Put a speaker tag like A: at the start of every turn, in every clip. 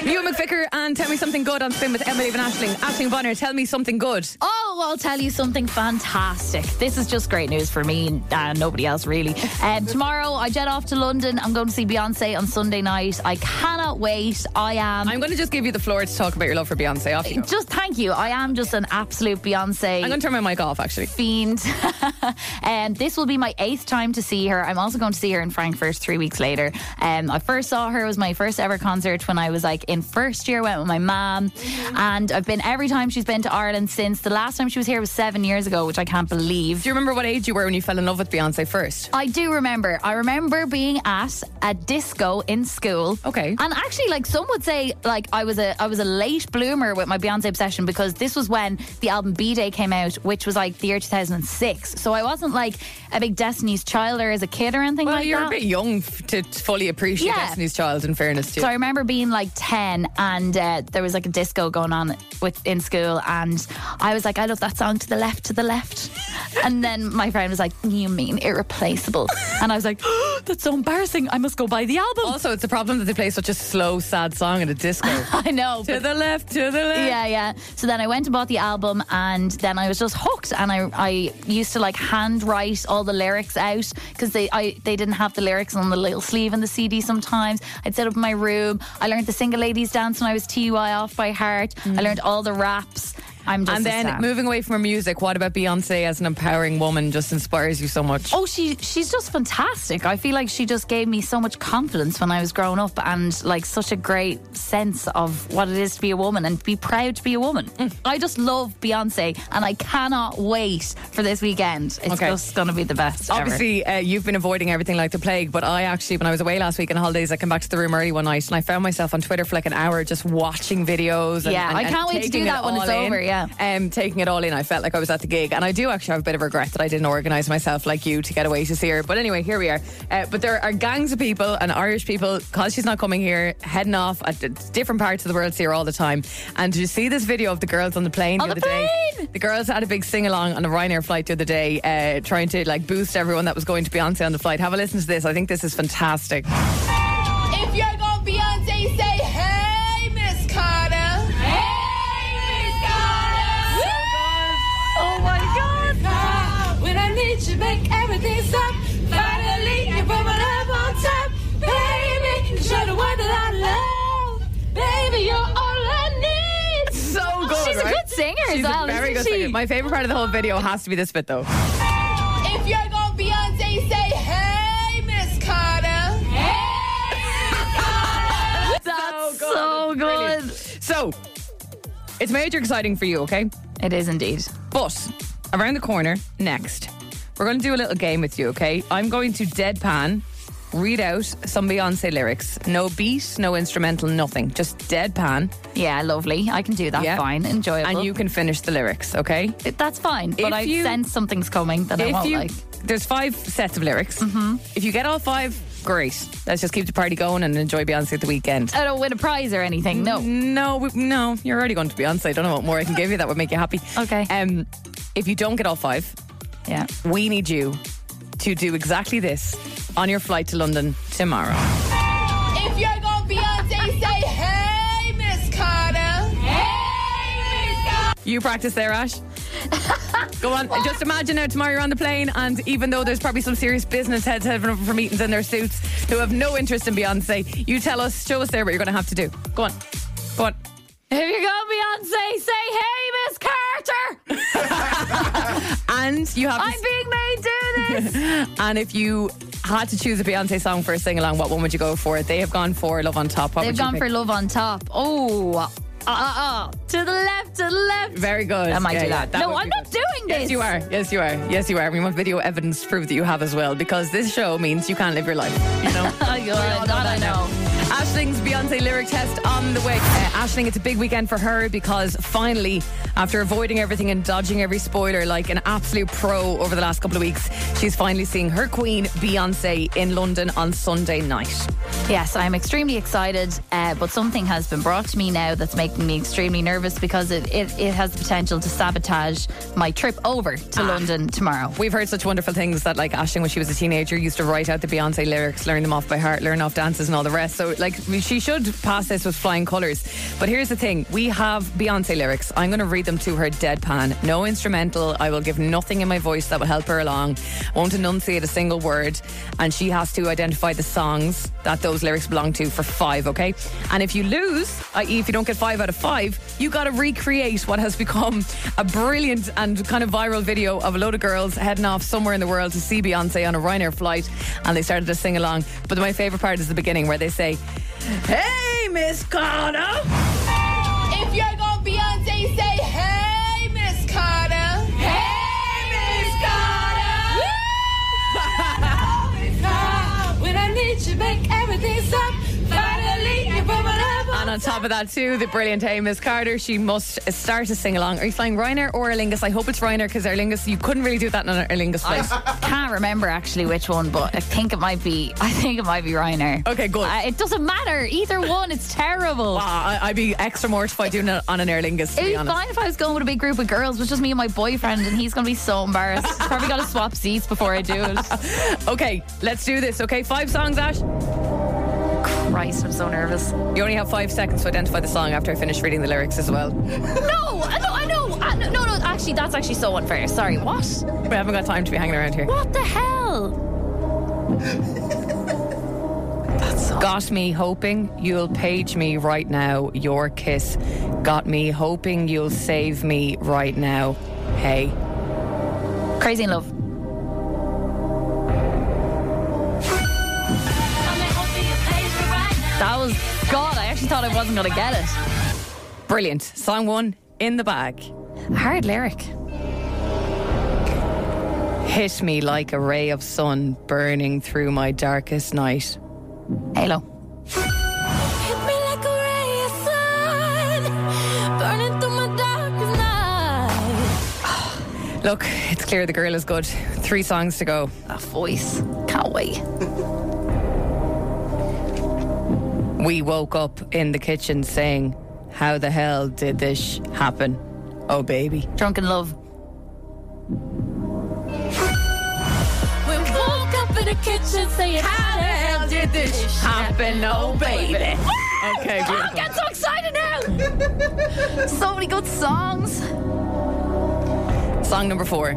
A: Hugh McVicker and Tell Me Something Good on Spin with Emily Van Ashling. Ashling Bonner, tell me something good.
B: Oh, I'll tell you something fantastic. This is just great news for me and uh, nobody else, really. Um, tomorrow, I jet off to London. I'm going to see Beyonce on Sunday night. I cannot wait. I am.
A: I'm going to just give you the floor to talk about your love for Beyonce. Off you go.
B: just thank you. I am just an absolute Beyonce.
A: I'm going to turn my mic off, actually.
B: fiend. and this will be my eighth time to see her. I'm also going to see her in Frankfurt three weeks later. Um, I first saw her it was my first ever concert when I was like in first year. Went with my mom,
A: Mm-hmm.
B: and I've been every time she's been to Ireland since. The last time she was here was seven years ago, which I can't believe.
A: Do you remember what age you were when you fell in love with Beyonce first?
B: I do remember. I remember being at a disco in school.
A: Okay.
B: And actually, like some would say, like I was a I was a late bloomer with my Beyonce obsession because this was when the album B Day came out, which was like the year 2006. So I wasn't like a big Destiny's Child or as a kid or anything
A: Well,
B: like
A: you're
B: that.
A: a bit young f- to t- fully appreciate
B: Oh Yeah.
A: Destiny's Child, in fairness to you.
B: So I remember being like 10 and uh, there was like a disco going on with in school and I was like I love that song to the left to the left. and then my friend was like you mean irreplaceable. and I was like that's so embarrassing. I must go buy the album.
A: Also, it's a problem that they play such a slow, sad song at a disco.
B: I know.
A: to
B: but-
A: the left, to the left.
B: Yeah, yeah. So then I went and bought the album, and then I was just hooked. And I, I used to like handwrite all the lyrics out because they, I, they didn't have the lyrics on the little sleeve in the CD. Sometimes I'd set up in my room. I learned the single ladies dance when I was TUI off by heart. I learned all the raps. I'm
A: Mm.
B: just
A: And
B: a
A: then
B: stan.
A: moving away from her music, what about Beyonce as an empowering woman just inspires you so much?
B: Oh, she she's just fantastic. I feel like she just gave me so much confidence when I was growing up, and like such a great sense of what it is to be a woman and be proud to be a woman.
A: Mm.
B: I just love Beyonce, and I cannot wait for this weekend. It's
A: Okay.
B: just gonna be the best. ever.
A: Obviously, uh, you've been avoiding everything like the plague, but I actually, when I was away last week on holidays, I came back to the room early one night and I found myself on Twitter for like an hour just watching videos. And,
B: Yeah,
A: and-
B: I
A: and
B: can't wait to do
A: taking
B: that
A: it
B: when it's
A: all in.
B: over, yeah.
A: um, taking it all in. I felt like I was at the gig, and I do actually have a bit of regret that I didn't organise myself like you to get away to see her. But anyway, here we are. Uh, but there are gangs of people and Irish people because she's not coming here, heading off at d- different parts of the world to see her all the time. And did you see this video of the girls on the plane
B: On
A: the,
B: the
A: other day?
B: plane!
A: The girls had a big sing along on a Ryanair flight the other day, uh, trying to like boost everyone that was going to Beyonce on the flight. Have a listen to this. I think this is fantastic.
C: If you're going Beyonce, say, hey, Miss Carter. Hey, Miss Carter. Oh, my God. When I need you, make everything stop. Finally, you put my love on top. Baby, you're the one that I love. Baby, you're all I need.
A: So good.
B: She's a
A: right?
B: good singer as
A: Oh, She's a
B: well,
A: very
B: isn't
A: good singer.
B: she?
A: My favorite part of the whole video has to be this bit though.
C: If you're going Beyonce, say, hey, Miss Carter.
A: good.
B: that's so
A: It's
B: good.
A: brilliant. So, it's major exciting for you, okay?
B: It is indeed.
A: But around the corner next, we're going to do a little game with you, okay? I'm going to deadpan read out some Beyonce lyrics. No beat, no instrumental, nothing. Just deadpan.
B: Yeah, lovely. I can do that.
A: Yeah.
B: Fine, enjoyable.
A: And you can finish the lyrics, okay?
B: that's fine.
A: If
B: But I
A: you-
B: sense something's coming that I
A: if
B: won't
A: you
B: like.
A: there's five sets of lyrics. Mm-hmm. If you get all five, great. Let's just keep the party going and enjoy Beyonce at the weekend.
B: I don't win a prize or anything. No.
A: No, we, no, you're already going to Beyonce. I don't know what more I can give you that would make you happy.
B: Okay.
A: Um, if you don't get all five,
B: Yeah.
A: we need you to do exactly this on your flight to London tomorrow.
C: If you're going Beyonce, say, hey, Miss Carter. Hey, Miss Carter.
A: You practice there, Ash. Go on. Just imagine now tomorrow you're on the plane, and even though there's probably some serious business heads heading over for meetings in their suits who have no interest in Beyonce, you tell us, show us there what you're going to have to do. Go on. Go on.
B: Here you go, Beyonce. Say hey, Miss Carter.
A: And you have. to
B: I'm being made do this.
A: And if you had to choose a Beyonce song for a sing along, what one would you go for? They have gone for Love on Top. What
B: They've
A: would you
B: gone
A: pick?
B: for love on top. Oh, uh, uh, uh, to the left, to the left.
A: Very good.
B: I might
A: Yeah,
B: do
A: yeah,
B: that. no,
A: would
B: I'm
A: be
B: not
A: good.
B: doing this.
A: Yes, you are. Yes, you are. Yes, you are. We want video evidence to prove that you have as well, because this show means you can't live your life. You know.
B: Oh,
A: all
B: God,
A: know
B: God, I
A: that
B: know.
A: Ashling's Beyonce lyric test on the way. Uh, Ashling, it's a big weekend for her because finally, after avoiding everything and dodging every spoiler like an absolute pro over the last couple of weeks, she's finally seeing her queen, Beyonce, in London on Sunday night.
B: Yes, I'm extremely excited, uh, but something has been brought to me now that's making me extremely nervous because it, it, it has the potential to sabotage my trip over
A: Ah.
B: to London tomorrow.
A: We've heard such wonderful things that, like Ashling, when she was a teenager, used to write out the Beyonce lyrics, learn them off by heart, learn off dances, and all the rest. So, like, Like we- she should pass this with flying colours. But here's the thing: we have Beyonce lyrics. I'm going to read them to her deadpan, no instrumental. I will give nothing in my voice that will help her along. Won't enunciate a single word, and she has to identify the songs that those lyrics belong to for five. Okay, and if you lose, i.e., if you don't get five out of five, you got to recreate what has become a brilliant and kind of viral video of a load of girls heading off somewhere in the world to see Beyonce on a Ryanair flight, and they started to sing along. But my favorite part is the beginning where they say, "Hey, Miss Carter."
C: If you're gonna Beyonce, say, hey, Miss Carter. Hey, Miss Carter. Always hard when I need you, make everything stop. Finally, you're from
A: And on top of that, too, the brilliant hey, Miss Carter, she must start to sing along. Are you flying Ryanair or Aer Lingus? I hope it's Ryanair because Aer Lingus, you couldn't really do that in an Aer Lingus flight.
B: Can't remember actually which one, but I think it might be. I think it might be Reiner.
A: Okay, good.
B: Uh, it doesn't matter either one. It's terrible.
A: Ah, I, I'd be extra mortified doing it on an Aer Lingus, to
B: It'd
A: be
B: be
A: honest.
B: fine if I was going with a big group of girls, which is me and my boyfriend, and he's gonna be so embarrassed. Probably gotta swap seats before I do it.
A: Okay, let's do this. Okay, five songs, Ash.
B: Christ, I'm so nervous. No,
A: You only have five seconds to identify the song after I finish reading the lyrics as well.
B: I know, I know, I- no, no, no. Actually, that's actually so unfair. Sorry, what?
A: We haven't got time to be hanging around here.
B: What the hell?
A: Got me hoping you'll page me right now. Your kiss. Got me hoping you'll save me right now. Hey.
B: Crazy in love. That was God. I actually thought I wasn't gonna get it.
A: Brilliant. Song one in the bag.
B: Hard lyric.
A: Hit me like a ray of sun burning through my darkest night.
B: Halo.
D: Hit me like a ray of sun, burning through my darkest night.
A: Look, it's clear the girl is good. Three songs to go.
B: That voice. Can't wait.
A: We woke up in the kitchen saying, How the hell did this sh- happen? Oh, baby.
B: Drunk in love.
D: We woke up in the kitchen saying, How the hell did this shit
A: Happen, oh, baby. Okay,
B: I'm
A: beautiful.
B: getting so excited now. so many good songs.
A: Song number four.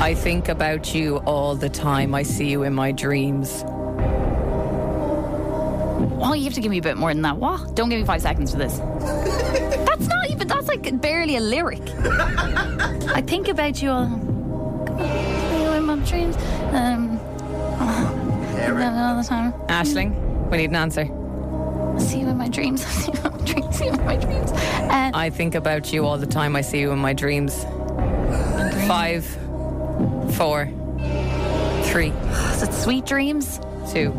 A: I think about you all the time. I see you in my dreams.
B: Oh, you have to give me a bit more than that. What? Don't give me five seconds for this. that's not even. That's like barely a lyric. I think about you all. You in my dreams. Um. All the time.
A: Ashling, we need an answer.
B: I see you in my dreams. I see you in my dreams. See you in my dreams. And
A: I think about you all the time. I see you in my dreams. Five, four, three,
B: is it sweet dreams?
A: two,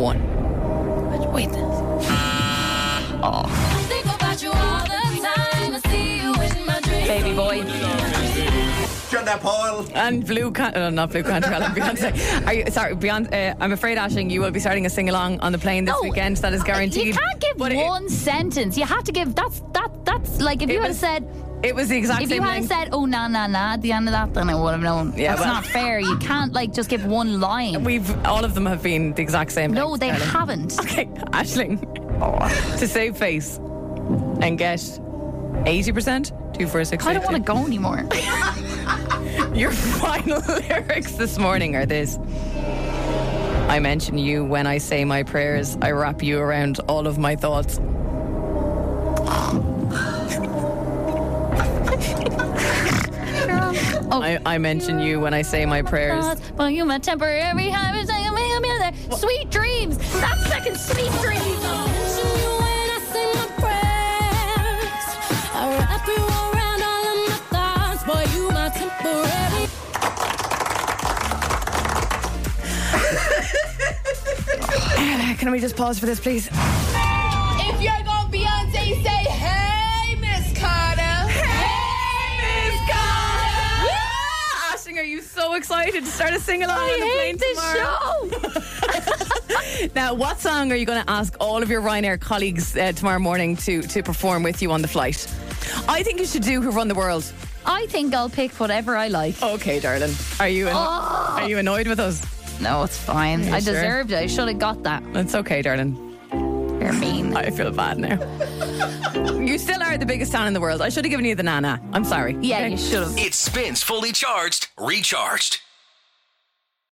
A: one.
B: Wait.
D: I think about you all the time. I see you in my dreams.
B: Baby boy.
E: Turn that pile.
A: And Blue Can, no, not Blue Cantrell, and Beyonce. Are you sorry? Beyonce, uh, I'm afraid, Ashling, you will be starting a sing along on the plane this weekend. That is guaranteed.
B: You can't give
A: But it-
B: one sentence. You have to give. That's that. That's like if you had
A: was-
B: said.
A: It, was the exact
B: If
A: same
B: you had
A: thing.
B: said, oh, na, na, na, at the end of that, then I would have known.
A: Yeah,
B: That's
A: well-
B: not fair. You can't, like, just give one line.
A: We've all of them have been the exact same.
B: no,
A: length,
B: they
A: darling.
B: haven't.
A: Okay, Ashling, to save face and get eighty percent. Two, four, six.
B: I don't
A: eight,
B: want to go anymore.
A: Your final lyrics this morning are this. I mention you when I say my prayers. I wrap you around all of my thoughts. I, I mention you when I say my prayers.
B: Well, you my temporary habits, I make them other. Sweet dreams. That's second sweet dreams.
D: Mention you when I sing my prayers. I wrap you around all of my thoughts. Boy, you my temporary.
A: Ah, Can we just pause for this, please?
C: If you're gonna Beyonce, say, hey, Miss Carter. Hey, Miss Carter.
A: Ah, Ashing, are you so excited to start a sing along on the plane
B: Hate this
A: tomorrow?
B: show.
A: Now, what song are you going to ask all of your Ryanair colleagues uh, tomorrow morning to, to perform with you on the flight? I think you should do Who Run the World.
B: I think I'll pick whatever I like.
A: Okay, darling. Are you an-
B: Oh.
A: are you annoyed with us?
B: No, it's fine. I
A: sure?
B: deserved it. I should have got that.
A: It's okay, darling.
B: You're mean.
A: I feel bad now. you still are the biggest fan in the world. I should have given you the nana. I'm sorry.
B: Yeah,
A: Okay?
B: you should have.
F: It spins fully charged, recharged.